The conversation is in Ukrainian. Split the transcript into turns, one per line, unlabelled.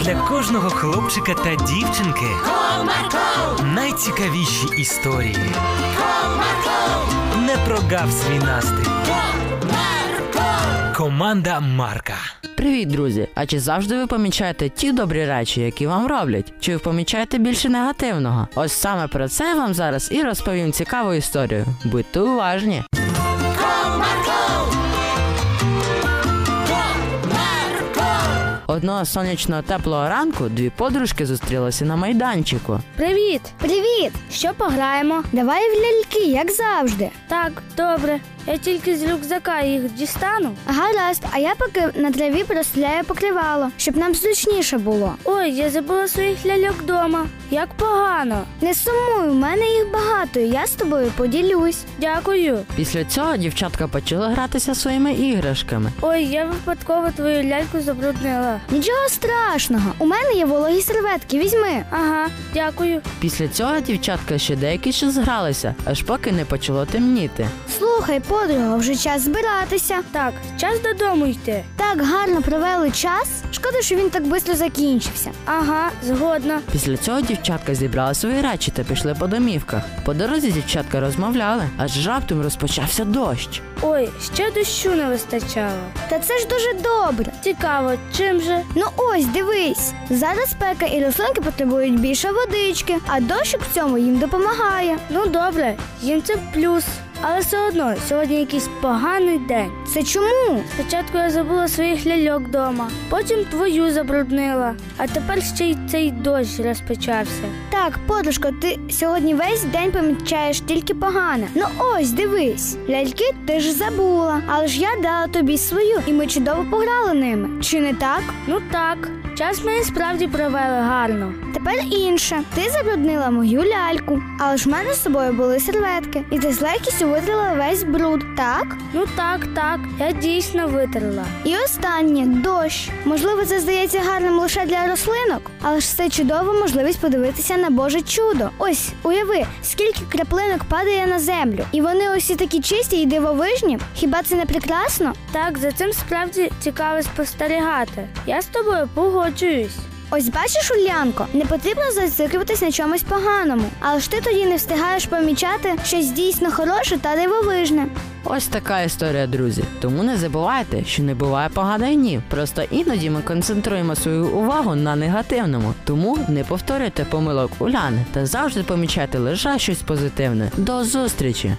для кожного хлопчика та дівчинки
Comarco,
найцікавіші історії.
Comarco,
Не прогав свій настрій.
Comarco.
Команда Марка.
Привіт, друзі! А чи завжди ви помічаєте ті добрі речі, які вам роблять? Чи ви помічаєте більше негативного? Ось саме про це я вам зараз і розповім цікаву історію. Будьте уважні! Одного сонячного теплого ранку дві подружки зустрілися на майданчику.
Привіт!
Привіт! Що пограємо? Давай в ляльки, як завжди.
Так, добре. Я тільки з рюкзака їх дістану.
Гаразд, а я поки на траві простеляю покривало, щоб нам зручніше було.
Ой, я забула своїх ляльок вдома. Як погано.
Не сумуй, у мене їх багато, і я з тобою поділюсь.
Дякую.
Після цього дівчатка почала гратися своїми іграшками.
Ой, я випадково твою ляльку забруднила.
Нічого страшного, у мене є вологі серветки, візьми.
Ага, дякую.
Після цього дівчатка ще деякий час гралися, аж поки не почало темніти.
Слухай, подруга, вже час збиратися.
Так, час додому йти.
Так гарно провели час. Шкода, що він так швидко закінчився.
Ага, згодна.
Після цього дівчатка зібрала свої речі та пішли по домівках. По дорозі дівчатка розмовляли, аж раптом розпочався дощ.
Ой, ще дощу не вистачало.
Та це ж дуже добре.
Цікаво, чим же?
Ну ось, дивись. Зараз пека і рослинки потребують більше водички, а дощик в цьому їм допомагає.
Ну добре, їм це в плюс. Але все одно сьогодні якийсь поганий день.
Це чому?
Спочатку я забула своїх ляльок вдома, потім твою забруднила, а тепер ще й цей дощ розпочався.
Так, подружко, ти сьогодні весь день помічаєш тільки погане. Ну ось, дивись, ляльки ти ж забула, але ж я дала тобі свою, і ми чудово пограли ними. Чи не так?
Ну так, час ми і справді провели гарно.
Тепер інше. Ти забруднила мою ляльку, але ж в мене з собою були серветки, і ти з легкістю витрила весь бруд, так?
Ну так, так, я дійсно витерла.
І останнє дощ. Можливо, це здається гарним лише для рослинок, але ж це чудова можливість подивитися на Боже чудо. Ось уяви, скільки краплинок падає на землю, і вони усі такі чисті і дивовижні. Хіба це не прекрасно?
Так, за цим справді цікаво спостерігати. Я з тобою погоджуюсь.
Ось бачиш, Ульянко, не потрібно зациклюватись на чомусь поганому, але ж ти тоді не встигаєш помічати щось дійсно хороше та дивовижне.
Ось така історія, друзі. Тому не забувайте, що не буває поганих днів. Просто іноді ми концентруємо свою увагу на негативному. Тому не повторюйте помилок Уляни та завжди помічайте лише щось позитивне. До зустрічі!